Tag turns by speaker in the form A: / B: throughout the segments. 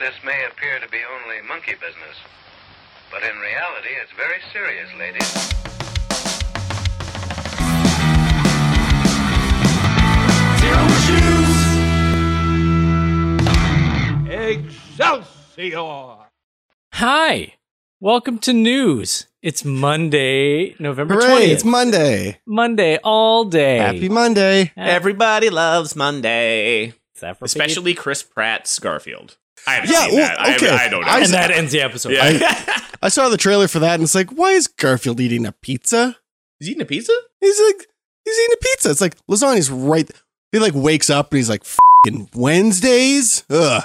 A: this may appear to be only monkey business, but in reality, it's very serious, ladies.
B: Zero issues.
C: Excelsior!
D: Hi, welcome to news. It's Monday, November
E: Hooray, it's
D: twentieth.
E: Monday.
D: Monday all day.
E: Happy Monday.
D: Yeah.
F: Everybody loves Monday,
D: It's Afrobeat.
F: especially Chris Pratt's Garfield. I haven't
E: Yeah,
F: seen
E: well,
F: that. I haven't-
E: okay.
F: I, don't know.
E: I-
D: and that ends the episode.
F: yeah.
E: I saw the trailer for that and it's like, why is Garfield eating a pizza?
F: Is he eating a pizza?
E: He's like, he's eating a pizza. It's like lasagna's right. He like wakes up and he's like, "Fing Wednesdays? Ugh,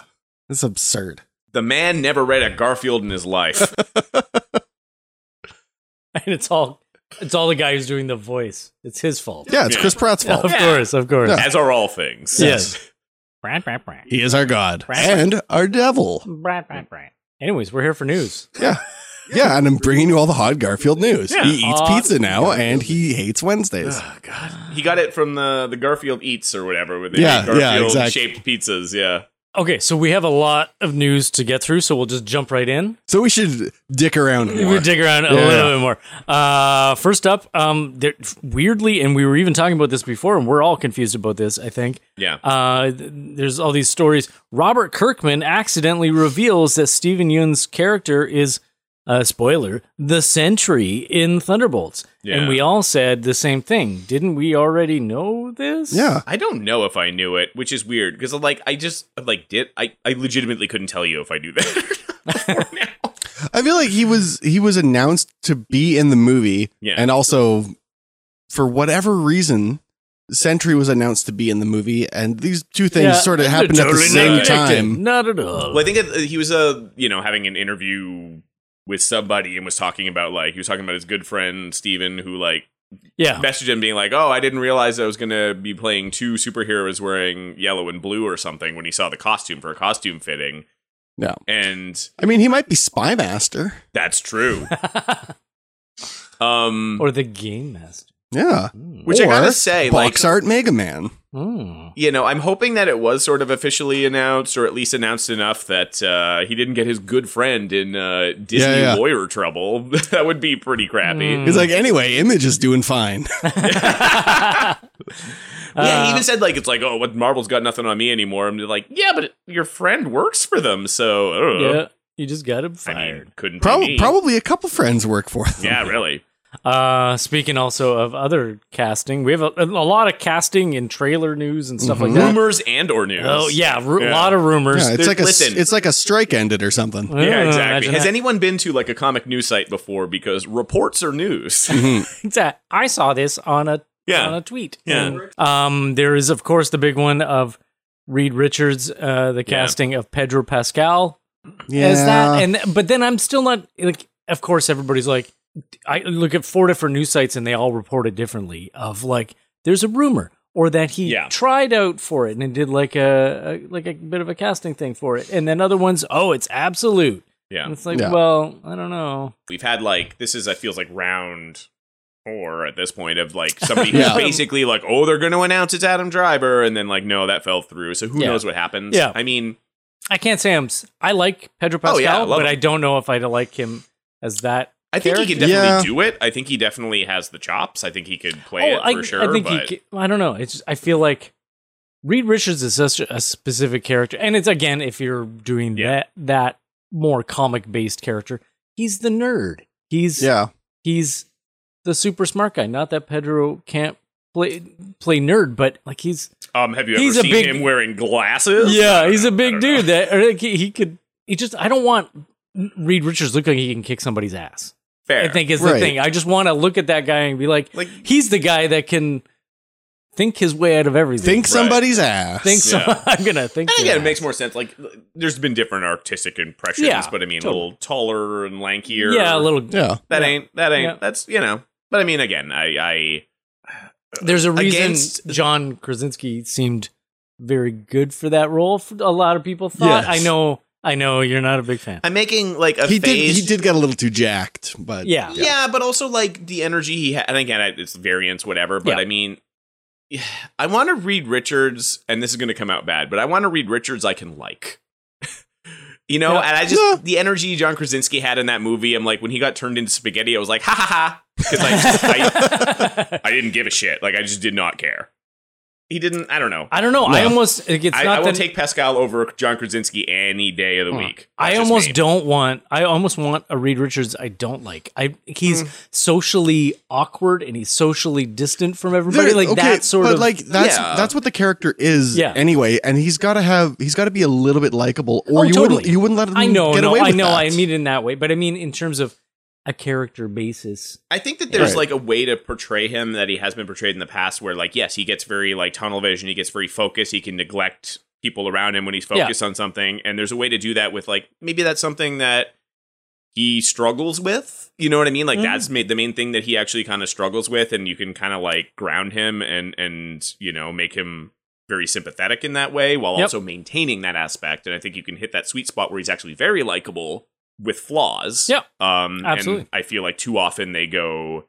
E: that's absurd.
F: The man never read a Garfield in his life.
D: and it's all it's all the guy who's doing the voice. It's his fault.
E: Yeah, it's
F: Yeah.
E: Chris Pratt's fault.
D: Of course, of course.
F: As are all things.
D: Yes. Brant, brant, brant.
E: He is our God
D: Right.
E: and our devil.
D: Brant, brant, brant. Anyways, we're here for news.
E: Yeah. Yeah, and I'm bringing you all the hot Garfield news.
F: Yeah.
E: He eats
D: Hot
E: pizza now and he hates Wednesdays.
F: Ugh, God. He got it from the, the Garfield Eats or whatever. Where they
E: Yeah,
F: yeah,
E: yeah,
F: Garfield
E: exactly.
F: shaped pizzas. Yeah.
D: Okay, so we have a lot of news to get through, so we'll just jump right in.
E: So we should dick around more.
D: We dig around a
E: Yeah.
D: little bit more. Uh, first up, um, there, weirdly, and we were even talking about this before, and we're all confused about this. I think.
F: Yeah.
D: Uh, th- there's all these stories. Robert Kirkman accidentally reveals that Steven Yeun's character is, uh, spoiler, the Sentry in Thunderbolts, and
F: Yeah.
D: we all said the same thing. Didn't we already know this?
E: yeah.
F: I don't know if I knew it, which is weird because like I just like did I, I legitimately couldn't tell you if I knew that. before now.
E: I feel like he was he was announced to be in the movie,
F: Yeah.
E: and also for whatever reason, Sentry was announced to be in the movie, and these two things
D: Yeah,
E: sort of
D: they're
E: happened at the
D: totally
E: same
D: not connected.
E: time.
D: Not at all.
F: Well, I think that he was uh, you know having an interview with somebody and was talking about like he was talking about his good friend Steven who like
D: yeah.
F: messaged him being like, "Oh, I didn't realize I was going to be playing two superheroes wearing yellow and blue or something when he saw the costume for a costume fitting."
E: Yeah.
F: And
E: I mean, he might be Spy Master.
F: that's true. um
D: or the Game Master.
E: Yeah,
D: Hmm.
F: Which I gotta
E: Or
F: say, like-
E: box art Mega Man.
D: Hmm.
F: you know, I'm hoping that it was sort of officially announced, or at least announced enough that uh, he didn't get his good friend in uh, Disney
E: yeah. Hmm.
F: lawyer trouble. that would be pretty crappy.
D: Mm.
E: He's like, anyway, Image is doing fine.
F: yeah,
D: Uh,
F: he even said like it's like, oh, what Marvel's got nothing on me anymore. I'm like, yeah, but your friend works for them, so I don't know.
D: yeah, you just got him
F: I
D: fired.
F: mean, couldn't
E: Prob-
F: be me.
E: Probably a couple friends work for them.
F: Yeah, really.
D: Uh, speaking also of other casting, we have a, a lot of casting and trailer news and stuff
E: Mm-hmm.
D: like that.
F: Rumors and or news.
D: Oh yeah, ru- a
F: Yeah.
D: lot of rumors.
E: Yeah, it's
F: There's-
E: like a s-
F: listen.
E: it's like a strike ended or something.
D: I
F: Yeah,
D: don't
F: exactly.
D: imagine
F: Has
D: that.
F: anyone been to like a comic news site before? Because reports are news.
D: Exact- I saw this on a
F: Yeah.
D: on a tweet.
F: Yeah.
D: And, um, there is of course the big one of Reed Richards, uh, the
F: Yeah.
D: casting of Pedro Pascal
E: Yeah,
D: as that, and but then I'm still not like. Of course, everybody's like, I look at four different news sites and they all report it differently. Of like, there's a rumor or that he
F: Yeah.
D: tried out for it and did like a, a like a bit of a casting thing for it, and then other ones, oh, it's absolute.
F: yeah.
D: And it's like,
E: Yeah.
D: well, I don't know.
F: we've had like this is I feels like round four at this point of like somebody who's
E: Yeah.
F: basically like oh they're going to announce it's Adam Driver and then like no that fell through so who
D: Yeah.
F: knows what happens
D: Yeah.
F: I mean
D: I can't say I'm. s- I like Pedro
F: Oh,
D: Pascal,
F: yeah, I love
D: but
F: him.
D: I don't know if I'd like him as that.
F: I think he could
E: Character.
F: definitely
E: Yeah.
F: do it I think he definitely has the chops I think he could play
D: Oh,
F: it
D: I,
F: for sure
D: I think
F: but
D: he. ca- I don't know. It's. Just, I feel like Reed Richards is such a specific character, and it's again if you're doing
F: Yeah.
D: that that more comic based character, he's the nerd. He's
E: yeah,
D: he's the super smart guy. Not that Pedro can't play play nerd, but like he's
F: um have you ever
D: He's a
F: seen
D: big-
F: him wearing glasses
D: yeah, he's a
F: I
D: big
F: don't know.
D: dude. That or like, he, he could. He just. I don't want Reed Richards look like he can kick somebody's ass.
F: fair
D: I think is the
E: Right.
D: thing. I just want to look at that guy and be like,
F: Like-
D: he's the guy that can think his way out of everything.
E: think somebody's ass.
D: think so.
F: Yeah.
D: I'm gonna think.
F: I think
D: so.
F: it makes more sense. Like, there's been different artistic impressions,
D: Yeah,
F: but I mean,
D: totally.
F: a little taller and lankier.
D: Yeah, a little.
E: Yeah,
F: That
D: yeah.
F: ain't. That ain't.
D: Yeah.
F: That's you know. But I mean, again, I, I
D: There's a reason
F: Against-
D: John Krasinski seemed very good for that role. f- A lot of people thought.
E: Yes.
D: I know. I know you're not a big fan.
F: I'm making like a
E: he did.
F: phase.
E: He did get a little too jacked, but
D: yeah.
F: yeah. but also like the energy he had, and again, it's variance, whatever. But
D: Yeah.
F: I mean, I want to read Richards, and this is going to come out bad, but I want to read Richards I can like. You know,
D: Yeah.
F: and I just
E: Yeah.
F: the energy John Krasinski had in that movie. I'm like, when he got turned into spaghetti, I was like, ha ha ha, because like, I, I didn't give a shit. Like, I just did not care. He didn't. I don't know. I,
D: I don't know. I
E: No.
D: almost like, it's
F: I,
D: not
F: will
D: that Hmm.
F: take Pascal over John Krasinski any day of the week. That's
D: I
F: just
D: almost
F: me.
D: don't want. I almost want a Reed Richards. I don't like. I he's
F: Hmm.
D: socially awkward and he's socially distant from everybody.
E: There-
D: like that sort
E: but
D: of
E: like that's
F: Yeah.
E: that's what the character is
D: Yeah.
E: anyway, and he's got to have he's got to be a little bit likable, or
D: Oh,
E: you wouldn't
D: totally.
E: you wouldn't let him
D: I know,
E: get
D: no,
E: away with
D: I know.
E: that.
D: I mean it in that way, but I mean in terms of a character basis.
F: I think that there's
E: Right.
F: like a way to portray him that he has been portrayed in the past where like yes, he gets very like tunnel vision, he gets very focused, he can neglect people around him when he's
D: Yeah.
F: focused on something and there's a way to do that with like maybe that's something that he struggles with. You know what I mean? Like
D: Mhm.
F: that's made the main thing that he actually kind of struggles with and you can kind of like ground him and and you know, make him very sympathetic in that way while
D: Yep.
F: also maintaining that aspect and I think you can hit that sweet spot where he's actually very likable with flaws.
D: Yeah.
F: Um,
D: Absolutely.
F: And I feel like too often they go,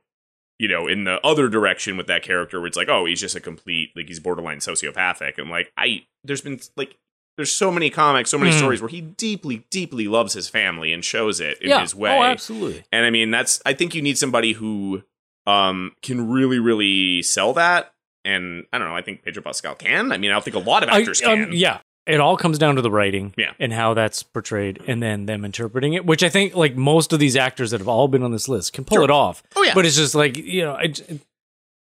F: you know, in the other direction with that character where it's like, oh, he's just a complete, like, he's borderline sociopathic. And, like, I, there's been, like, there's so many comics, so many
D: Mhm.
F: stories where he deeply, deeply loves his family and shows it in
D: yeah.
F: his way.
D: Oh, absolutely.
F: And I mean, that's I think you need somebody who um can really, really sell that. And I don't know, I think Pedro Pascal can. I mean, I don't think a lot of
D: I-
F: actors
D: um,
F: can.
D: yeah. It all comes down to the writing
F: Yeah.
D: and how that's portrayed and then them interpreting it, which I think like most of these actors that have all been on this list can pull
F: Sure.
D: it off.
F: Oh, yeah.
D: But it's just like, you know, I, j-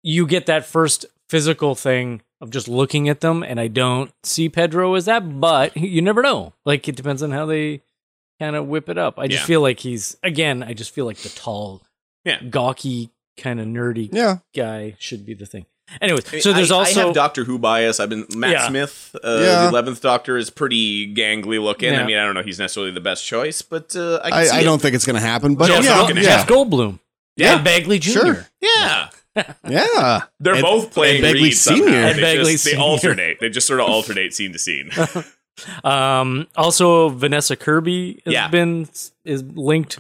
D: you get that first physical thing of just looking at them and I don't see Pedro as that, but you never know. Like it depends on how they kind of whip it up. I just
F: Yeah.
D: feel like he's again, I just feel like the tall,
F: Yeah.
D: gawky kind of nerdy
E: yeah,
D: guy should be the thing. Anyways,
F: I mean,
D: so there's
F: I,
D: also
F: I have Doctor Who bias. I've been Matt
D: Yeah.
F: Smith, uh,
E: Yeah.
F: the eleventh Doctor, is pretty gangly looking. I
D: Yeah.
F: mean, I don't know, if he's necessarily the best choice, but uh, I, can
E: I,
F: see
E: I
F: it.
E: don't think it's gonna happen, but
F: Jeff
E: yeah,
D: Gold-
F: Logan.
E: yeah,
D: Jeff Goldblum,
F: Yeah.
D: Ed Bagley Jr.
E: Sure.
F: Yeah,
E: yeah.
F: they're
E: Ed-
F: both
E: Ed
F: playing
E: Begley
F: Reed somehow.
E: Senior.
F: They
D: Ed Begley
F: just- they
D: Senior.
F: alternate. They just sort of alternate scene to scene.
D: Um, also, Vanessa Kirby has
F: Yeah.
D: been is linked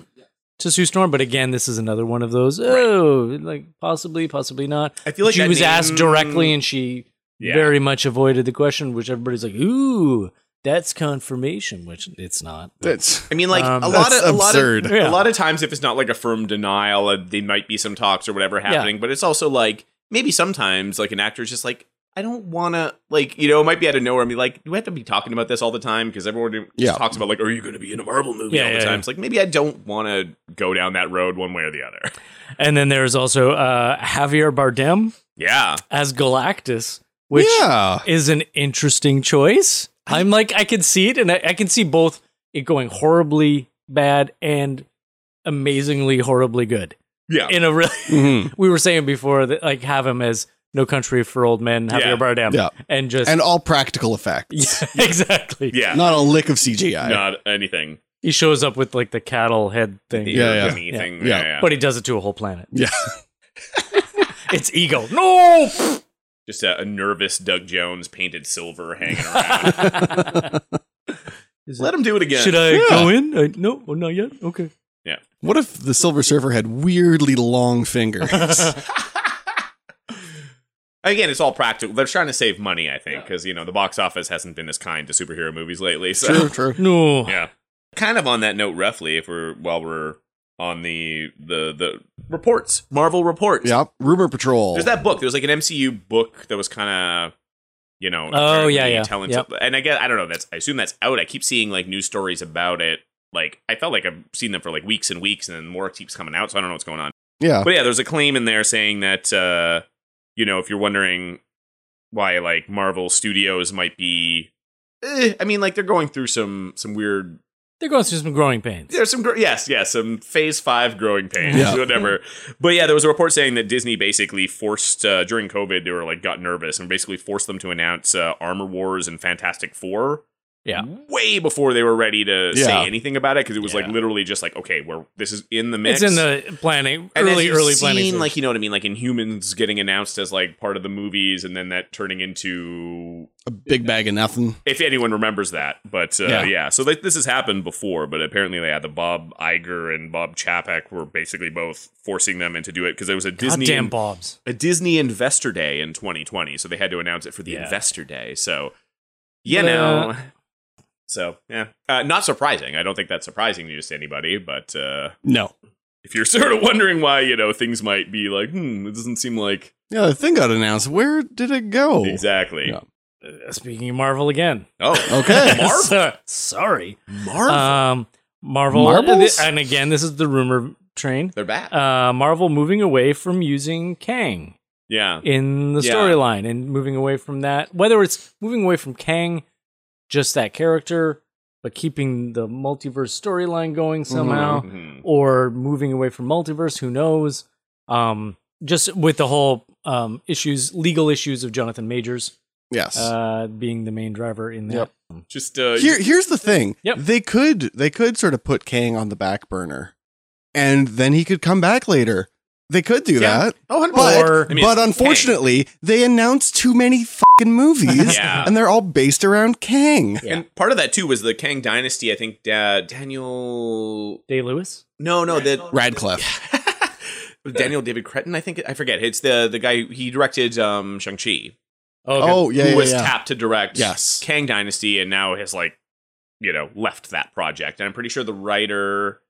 D: to Sue Storm, but again, this is another one of those. Oh, like possibly, possibly not.
F: I feel like
D: she
F: that
D: was asked
F: name-
D: directly, and she
F: Yeah.
D: very much avoided the question, which everybody's like, "Ooh, that's confirmation," which it's not.
E: That's
F: I mean, like
D: Um,
F: a lot
E: That's
F: of a lot
E: absurd.
F: of
D: Yeah.
F: a lot of times, if it's not like a firm denial, uh, they might be some talks or whatever happening. But it's also like maybe sometimes like an actor's just like. I don't want to like you know it might be out of nowhere and be like do we have to be talking about this all the time because everyone just
E: Yeah.
F: talks about like are you going to be in a Marvel movie
D: Yeah,
F: all the
D: yeah,
F: time
D: yeah.
F: it's like maybe I don't want to go down that road one way or the other
D: And then there's also uh, Javier Bardem
F: yeah
D: as Galactus, which
E: yeah.
D: is an interesting choice. I'm like, I can see it, and I, I can see both it going horribly bad and amazingly horribly good.
F: yeah
D: In a really,
E: Mhm.
D: we were saying before that like have him as No Country for Old Men, Javier
F: Yeah.
D: Bardem,
E: Yeah.
D: and just
E: and all practical effects,
D: yeah, exactly.
F: yeah
E: not a lick of CGI.
F: not anything
D: He shows up with like the cattle head thing,
F: The
E: Yeah, yeah.
F: Ergony thing.
E: Yeah.
F: yeah, yeah.
D: but he does it to a whole planet.
E: Yeah.
D: it's ego. No.
F: just a, a nervous Doug Jones painted silver hanging around let him do it again
D: Should I
E: Yeah.
D: go in? I, no, oh, not yet. Okay.
E: What if the Silver Surfer had weirdly long fingers?
F: Again, it's all practical. They're trying to save money, I think, because you know the box office hasn't been as kind to superhero movies lately. So,
E: true, true.
D: No.
F: yeah. Kind of on that note, roughly, if we're while we're on the the the reports, Marvel reports.
E: Yeah, rumor patrol.
F: There's that book. There was like an MCU book that was kind of, you know,
D: Oh, yeah,
F: apparently
D: yeah.
F: telling.
D: Yep.
F: And I guess I don't know. That's I assume that's out. I keep seeing like news stories about it. Like I felt like I've seen them for like weeks and weeks, and then more keeps coming out. So I don't know what's going on.
E: Yeah,
F: But yeah, there's a claim in there saying that uh, you know, if you're wondering why like Marvel Studios might be eh, I mean, like they're going through some some weird.
D: They're going through some growing pains.
F: There's some gr- yes, yes, some Phase Five growing pains,
E: Yeah.
F: whatever. But yeah, there was a report saying that Disney basically forced uh, during COVID they were like got nervous and basically forced them to announce uh, Armor Wars and Fantastic Four.
D: Yeah.
F: way before they were ready to
E: Yeah.
F: say anything about it because it was like
D: Yeah.
F: literally just like okay, we're this is in the mix.
D: It's in the planning,
F: And as
D: early,
F: you've
D: early planning.
F: seen,
D: stage.
F: like you know what I mean, like in humans getting announced as like part of the movies, and then that turning into
E: a big bag of nothing.
F: if anyone remembers that. But uh,
E: Yeah.
F: yeah. so like, this has happened before, but apparently they had the Bob Iger and Bob Chapek were basically both forcing them into do it because there was a Disney
D: Goddamn Bob's.
F: a Disney Investor Day in 2020, so they had to announce it for the
D: Yeah.
F: Investor Day. So you
D: But, uh,
F: know, So yeah, uh, not surprising. I don't think that's surprising to just anybody, but uh,
E: No.
F: if you're sort of wondering why, you know, things might be like, hmm, it doesn't seem like
E: Yeah, the thing got announced. Where did it go?
F: exactly.
E: Oh, Yeah.
D: Speaking of Marvel again.
F: Oh,
E: Okay.
F: Marvel?
D: So- sorry.
F: Marvel,
D: Um, Marvel.
E: Marbles?
D: And again, this is the rumor train.
F: they're back.
D: Uh, Marvel moving away from using Kang
F: yeah,
D: in the
F: Yeah.
D: storyline and moving away from that. Whether it's moving away from Kang, just that character, but keeping the multiverse storyline going somehow.
F: Mhm.
D: or moving away from multiverse who knows um just with the whole um issues legal issues of jonathan majors
E: Yes.
D: uh being the main driver in that
E: Yep.
F: just uh,
E: Here, here's the thing.
D: Yep.
E: They could they could sort of put Kang on the back burner, and then he could come back later. They could do
F: Yeah.
E: that.
F: oh, 100%.
E: But
D: Or-
F: I mean,
E: but
F: it's
E: unfortunately, they announced too many fucking movies,
F: Yeah.
E: and they're all based around Kang.
D: Yeah.
F: And part of that too was the Kang Dynasty. I think uh, Daniel.
D: day lewis
F: No, no, the
E: Radcliffe.
F: Daniel David Cretton. I think I forget. It's the the guy who- he directed um, Shang Chi,
E: Oh yeah,
F: who
E: yeah,
F: was
E: yeah.
F: tapped to direct
E: Yes.
F: Kang Dynasty, and now has like you know left that project. And I'm pretty sure the writer,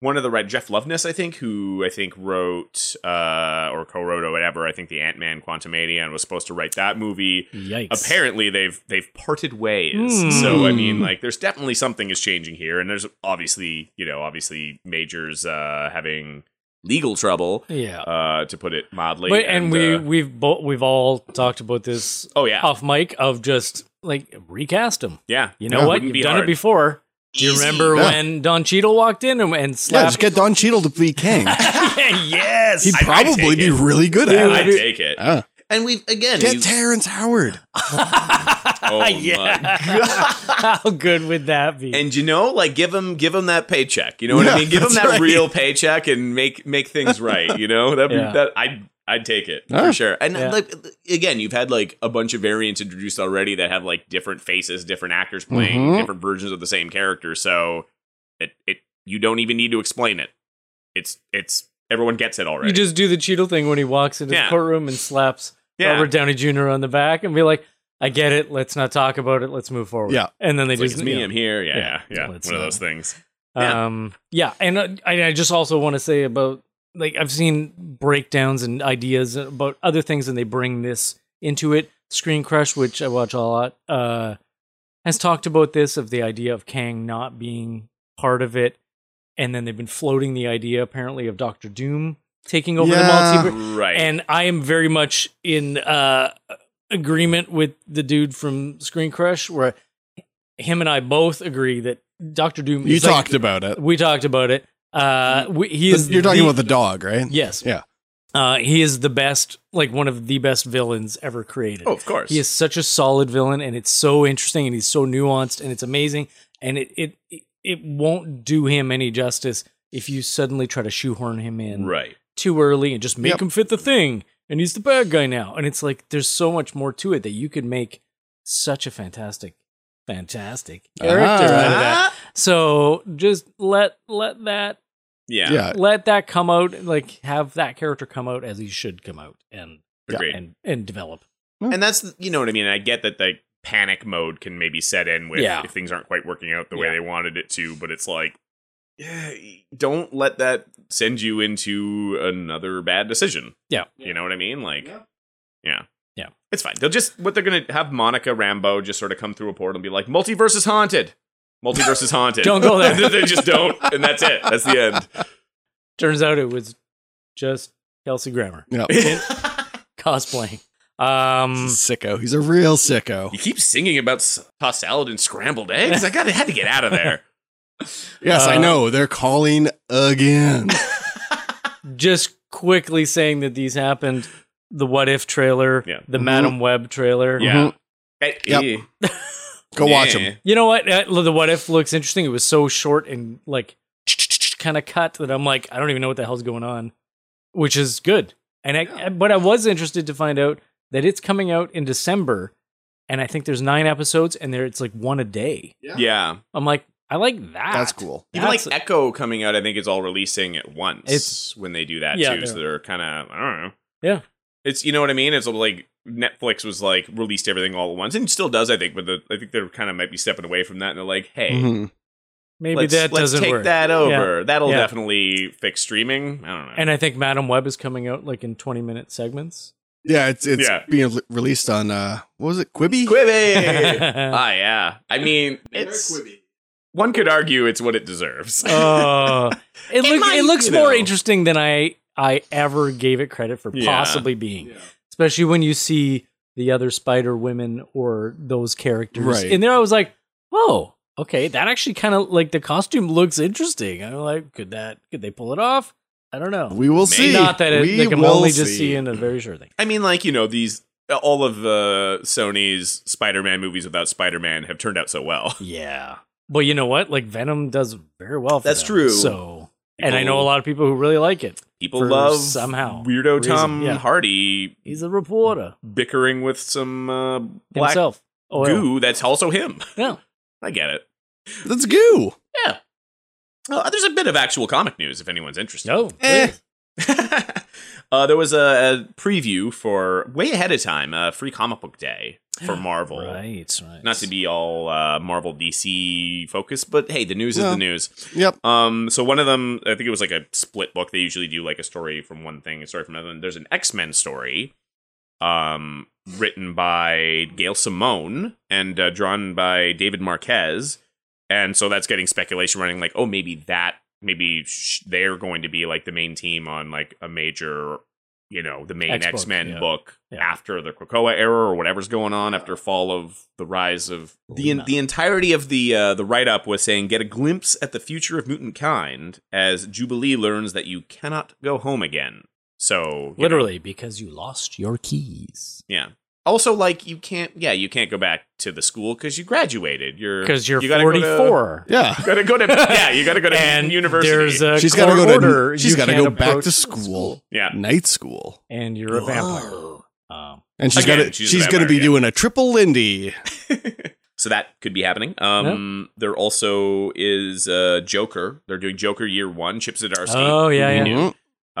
F: one of the right Jeff Loveness, I think, who I think wrote uh, or co-wrote or whatever. I think the Ant Man Quantumania and was supposed to write that movie.
D: yikes
F: apparently they've they've parted ways.
D: Hmm.
F: So I mean, like, there's definitely something is changing here, and there's obviously you know obviously majors uh, having legal trouble
D: yeah
F: uh, to put it mildly.
D: but, and, we
F: uh,
D: we've both we've all talked about this
F: oh yeah
D: off mic of just like recast him
F: yeah
D: you know
F: It
D: what
F: wouldn't
D: you've
F: be
D: done
F: hard.
D: it before do you remember
E: Yeah.
D: when don Cheadle walked in and,
E: Yeah,
D: and
E: just
D: slapped
E: get Don Cheadle to be Kang.
F: yes,
E: He'd
F: I'd- I'd
E: probably
F: take
E: be
F: it.
E: really good
F: Yeah,
E: at
F: I'd
E: it.
F: take it.
E: Uh,
F: And we again
E: get
F: we've-
E: Terrence Howard.
F: oh my
D: how good would that be
F: And you know, like give him give him that paycheck. You know what I
E: Yeah,
F: mean? Give him
E: that's
F: that
E: right.
F: real paycheck and make make things right. You know that
D: Yeah.
F: that I. would I'd take it
E: Huh.
F: for sure, and
D: Yeah.
F: like again, you've had like a bunch of variants introduced already that have like different faces, different actors playing
E: Mhm.
F: different versions of the same character. So it it you don't even need to explain it. It's it's everyone gets it already.
D: You just do the Cheadle thing when he walks into
F: Yeah.
D: the courtroom and slaps
F: yeah,
D: Robert Downey Jr. on the back and be like, "I get it. Let's not talk about it. Let's move forward."
E: Yeah.
D: and then they
F: it's, like,
D: just
F: it's me,
D: yeah.
F: I'm here. Yeah,
D: Yeah.
F: yeah, yeah.
D: Let's
F: One of
D: not-
F: those things. Yeah.
D: Um, yeah, and uh, I, I just also want to say about like I've seen breakdowns and ideas about other things, and they bring this into it. Screen Crush, which I watch a lot, uh, has talked about this of the idea of Kang not being part of it, and then they've been floating the idea apparently of Doctor Doom taking over
E: Yeah.
D: the multiverse.
F: Right.
D: and I am very much in uh, agreement with the dude from Screen Crush, where him and I both agree that Doctor Doom.
E: You
D: is like-
E: talked about it. Mm.
D: we talked about it. Uh, we, he is.
E: You're talking about the dog, right?
D: yes.
E: Yeah.
D: Uh, he is the best, like one of the best villains ever created.
F: oh, of course.
D: He is such a solid villain, and it's so interesting, and he's so nuanced, and it's amazing, and it it it- it won't do him any justice if you suddenly try to shoehorn him in
F: right.
D: too early and just make
E: Yep.
D: him fit the thing. And he's the bad guy now. And it's like there's so much more to it that you could make such a fantastic, fantastic
F: Ah.
D: character out of that. So just let let that
F: Yeah.
E: Yeah.
D: let that come out. Like have that character come out as he should come out and
E: Yeah.
F: Agreed.
D: and and develop.
F: And that's you know what I mean. I get that the panic mode can maybe set in with
D: Yeah.
F: if things aren't quite working out the way
D: Yeah.
F: they wanted it to, but it's like yeah, don't let that send you into another bad decision.
D: Yeah.
F: You know what I mean? Like Yeah. Yeah.
D: Yeah.
F: It's fine. They'll just what they're gonna have Monica Rambo just sort of come through a portal and be like, Multiverse is haunted. Multiverse is haunted.
D: Don't go there.
F: And then they just don't, and that's it. That's the end.
D: Turns out it was just Kelsey Grammer
E: Yeah.
D: cosplaying. Um,
E: Sicko. He's a real sicko.
F: you keep singing about s- tossed salad and scrambled eggs. I got I had to get out of there.
E: Yes, I
D: Uh,
E: know. They're calling again.
D: just quickly saying that these happened. The what if trailer,
F: Yeah. Mm-hmm.
D: the Madam Web trailer,
F: Yeah.
E: Yep.
F: Eh.
E: Go watch
F: Yeah.
E: him.
D: You know what? Uh, The what if looks interesting. It was so short and like kind of cut that I'm like, I don't even know what the hell's going on, which is good. And I, but I was interested to find out that it's coming out in December, and I think there's nine episodes, and there it's like one a day.
F: Yeah.
D: I'm like, I like that.
E: That's cool.
F: Even like
D: That's-
F: Echo coming out, I think is all releasing at once
D: It's-
F: when they do that
D: Yeah,
F: too. So
D: they're-
F: they're kind of I don't know.
D: Yeah.
F: It's you know what I mean. It's like Netflix was like released everything all at once and still does, I think, but the, I think they're kind of might be stepping away from that and they're like, hey,
E: Mhm.
D: Maybe
F: let's,
D: that
F: let's
D: doesn't
F: take
D: work.
F: that over. That'll
D: Yeah.
F: definitely fix streaming. I don't know.
D: And I think Madam Web is coming out like in 20 minute segments.
E: Yeah, it's it's
F: Yeah.
E: being l- released on uh what was it? Quibi?
F: Quibi. ah, yeah. I mean, it's one could argue it's what it deserves.
D: Oh, it, look,
F: might,
D: it looks
F: you
D: more
F: know.
D: interesting than I I ever gave it credit for
F: Yeah.
D: possibly being. Especially when you see the other Spider Women or those characters
E: Right.
D: in there, I was like, "Whoa, okay, that actually kind of like the costume looks interesting." I'm like, "Could that? Could they pull it off? I don't know."
E: We will see.
D: Not that it,
E: we
D: they can
E: will
D: only just see in a very short thing.
F: I mean, like you know, these all of uh, Sony's Spider-Man movies without Spider-Man have turned out so well.
D: Yeah, but you know what? Like Venom does very well. For
F: That's
D: them,
F: true.
D: So, and I know a lot of people who really like it.
F: People
D: for
F: love
D: somehow
F: weirdo
D: reason.
F: Tom
D: Yeah.
F: Hardy
D: He's a reporter
F: bickering with some uh, black
D: himself. Oh, Oil.
F: goo. That's also him.
D: No.
F: I get it.
E: Let's go.
F: Uh, there's a bit of actual comic news if anyone's interested.
D: No.
E: Eh.
D: please.
F: uh, there was a, a preview for way ahead of time, uh, free comic book day for Marvel.
D: Right, right.
F: Not to be all uh, Marvel DC focused, but hey, the news is
E: No.
F: the news.
E: Yep.
F: Um, so one of them, I think it was like a split book. They usually do like a story from one thing, a story from another. There's an X Men story, um, written by Gail Simone and uh, drawn by David Marquez, and so that's getting speculation running like, oh, maybe that, maybe sh- they're going to be like the main team on like a major, you know, the main
D: X-book,
F: X Men
D: yeah.
F: book
D: Yeah.
F: after the Krakoa era or whatever's going on after fall of the rise of the
D: Luna.
F: the entirety of the uh, the write up was saying get a glimpse at the future of mutant kind as Jubilee learns that you cannot go home again. So you know,
D: literally because you lost your keys.
F: yeah. Also, like you can't, yeah, you can't go back to the school because you graduated. You're
D: Because you're
F: you gotta go to-
D: 44.
E: Yeah.
F: Gotta go to yeah. You gotta go to
D: and
F: university.
D: There's a
E: She's
D: got
E: gotta
D: to
E: go
D: Uh, order.
E: to she's
D: You
E: gotta
D: can't
E: go back
D: approach
E: to
D: the
E: school.
F: yeah.
E: Night school.
D: And you're a vampire.
F: Whoa.
D: Um,
E: And she's
F: Again,
E: gotta
F: she's
E: she's,
F: a
E: gonna
F: vampire,
E: be
F: yeah.
E: doing a triple Lindy.
F: So that could be happening. Um, there also is uh, Joker. They're doing Joker Year One. Chip Zdarsky.
D: oh, yeah, yeah.
E: Mhm.
F: Uh, who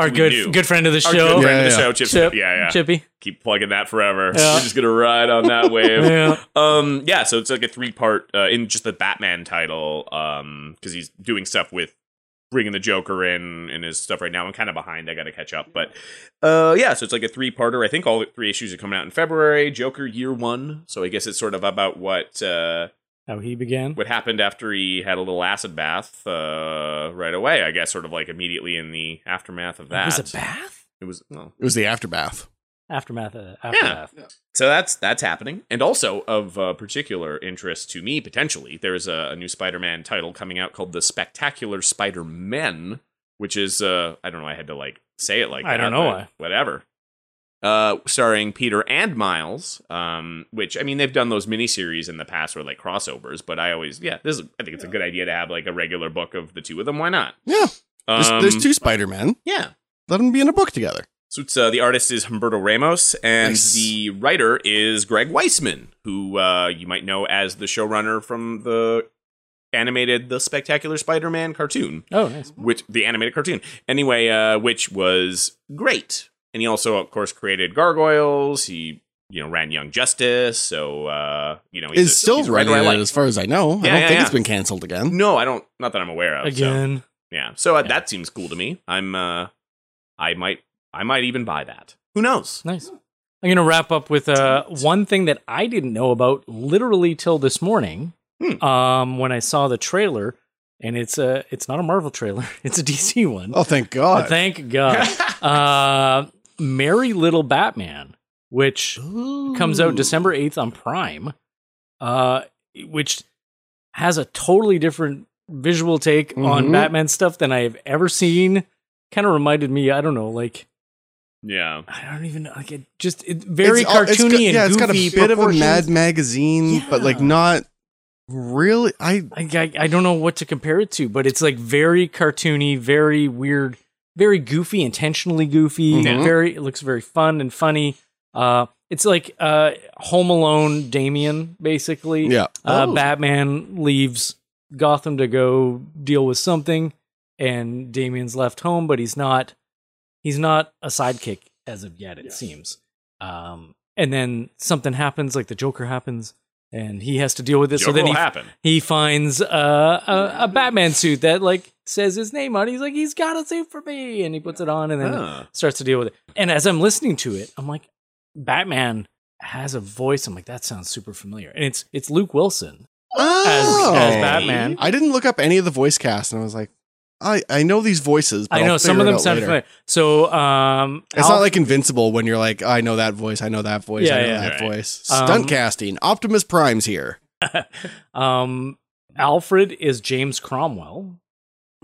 D: Our
F: we
D: good
F: knew.
D: good friend of the
F: Our
D: show.
F: good friend
E: Yeah,
F: of the
E: yeah.
F: show, Chip.
D: Chip.
F: Yeah, yeah.
D: Chippy.
F: Keep plugging that forever.
D: Yeah.
F: We're just gonna ride on that wave.
D: Yeah.
F: um, yeah. So it's like a three part uh, in just the Batman title. Um, because he's doing stuff with bringing the Joker in and his stuff right now. I'm kind of behind. I got to catch up. But uh, yeah. So it's like a three parter. I think all three issues are coming out in February. Joker Year One. So I guess it's sort of about what. Uh,
D: How he began.
F: what happened after he had a little acid bath uh, right away, I guess, sort of like immediately in the aftermath of that.
D: It was a bath?
F: It was- well.
E: It was the aftermath.
D: Aftermath. Of, aftermath.
F: So that's that's happening, and also of uh, particular interest to me potentially. There's a, a new Spider-Man title coming out called the Spectacular Spider-Men, which is uh, I don't know. I had to like say it like
D: I
F: that,
D: don't know
F: but
D: why.
F: Whatever. Uh, starring Peter and Miles, um, which I mean they've done those miniseries in the past or like crossovers, but I always yeah this is, I think it's a good idea to have like a regular book of the two of them. Why not?
E: Yeah. There's, there's
F: Um,
E: two Spider Men.
F: Yeah,
E: Let them be in a book together.
F: so it's, uh, the artist is Humberto Ramos, and
E: Nice.
F: the writer is Greg Weisman, who uh, you might know as the showrunner from the animated The Spectacular Spider-Man cartoon,
D: Oh, nice.
F: which the animated cartoon anyway, uh, which was great. And he also, of course, created Gargoyles. He you know ran Young Justice, so uh, you know he's
E: It's
F: a-
E: still
F: he's a writer
E: regular,
F: I like.
E: as far as I know. I
F: Yeah,
E: don't
F: yeah,
E: think
F: yeah.
E: it's been canceled again.
F: No, I don't. Not that I'm aware of. so-
D: Again.
F: yeah. So uh,
D: Yeah.
F: that seems cool to me. I'm. Uh, I might. I might even buy that. Who knows?
D: Nice. I'm going to wrap up with uh, one thing that I didn't know about literally till this morning
F: Hmm.
D: um, when I saw the trailer. And it's a it's not a Marvel trailer; it's a DC one.
E: Oh, thank God.
D: Thank God. uh, Merry Little Batman, which comes out December eighth on Prime, uh, which has a totally different visual take on
E: Mhm.
D: Batman stuff than I have ever seen. Kind of reminded me, I don't know, like
F: Yeah.
D: I don't even know. Like it just it, very
E: It's all-
D: cartoony
E: it's got-
D: and
E: yeah, it's got a
D: goofy
E: bit of a
D: proportions.
E: Mad Magazine, but like
D: Yeah.
E: not really. I
D: I, I I don't know what to compare it to, but it's like very cartoony, very weird, very goofy, intentionally goofy.
E: Mhm.
D: Very it looks very fun and funny. Uh, it's like uh, Home Alone, Damien basically.
E: yeah.
D: Uh,
E: Oh.
D: Batman leaves Gotham to go deal with something, and Damien's left home, but he's not. He's not a sidekick as of yet. It seems. Um, and then something happens, like the Joker happens, and he has to deal with it. so
F: Joker
D: then e-
F: will
D: he
F: happen.
D: he finds uh, a, a Batman suit that like says his name on. it. He's like, he's got a suit for me, and he puts it on, and then
F: Huh.
D: starts to deal with it. And as I'm listening to it, I'm like, Batman has a voice. I'm like, that sounds super familiar, and it's it's Luke Wilson as,
E: Oh.
D: as Batman.
E: I didn't look up any of the voice cast, and I was like, I, I know these voices. But
D: I
E: I'll
D: know some
E: figure it
D: of them
E: out
D: sound
E: later.
D: familiar. So um,
E: It's
D: Alf-
E: not like Invincible when you're like, I know that voice, I know that voice, I
D: Yeah,
E: know
D: yeah.
E: that
F: Right.
E: voice.
D: Um,
E: Stunt casting. Optimus Prime's here.
D: um, Alfred is James Cromwell.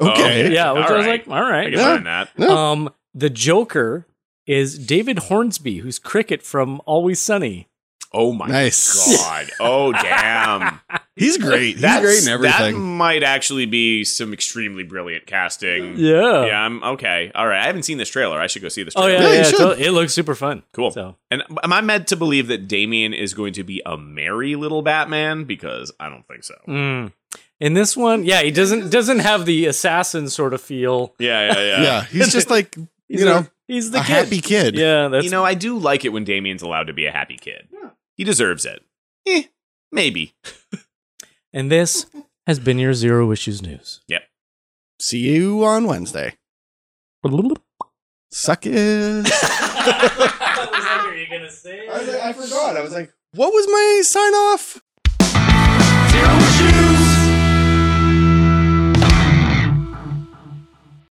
E: Okay.
F: okay.
D: Oh, Yeah, which I was
F: Alright.
D: like, all
F: I
D: right.
F: can
E: Yeah.
F: find that.
D: Um, the Joker is David Hornsby, who's Cricket from Always Sunny.
F: Oh my
E: Nice.
F: god. Oh damn.
E: He's great. He's
F: That's-
E: great in everything.
F: That might actually be some extremely brilliant casting.
D: Yeah.
F: Yeah, I'm okay. All right. I haven't seen this trailer. I should go see this
D: Oh yeah,
F: trailer.
E: Yeah, you
D: yeah.
E: should.
D: so- it looks super fun.
F: Cool.
D: So
F: And am I meant to believe that Damien is going to be a merry little Batman? Because I don't think so.
D: mm. in this one, yeah, he doesn't doesn't have the assassin sort of feel.
F: Yeah, yeah, yeah.
E: yeah. He's just like,
D: He's
E: you
D: a-
E: know,
D: he's
E: a
D: the kid.
E: happy kid.
D: Yeah, that's
F: you know, I do like it when Damien's allowed to be a happy kid. He deserves it. Eh, maybe.
D: and this has been your zero issues news.
E: See you on Wednesday. Suck it.
D: Are you gonna say?
E: I forgot. I was like, what was my sign off?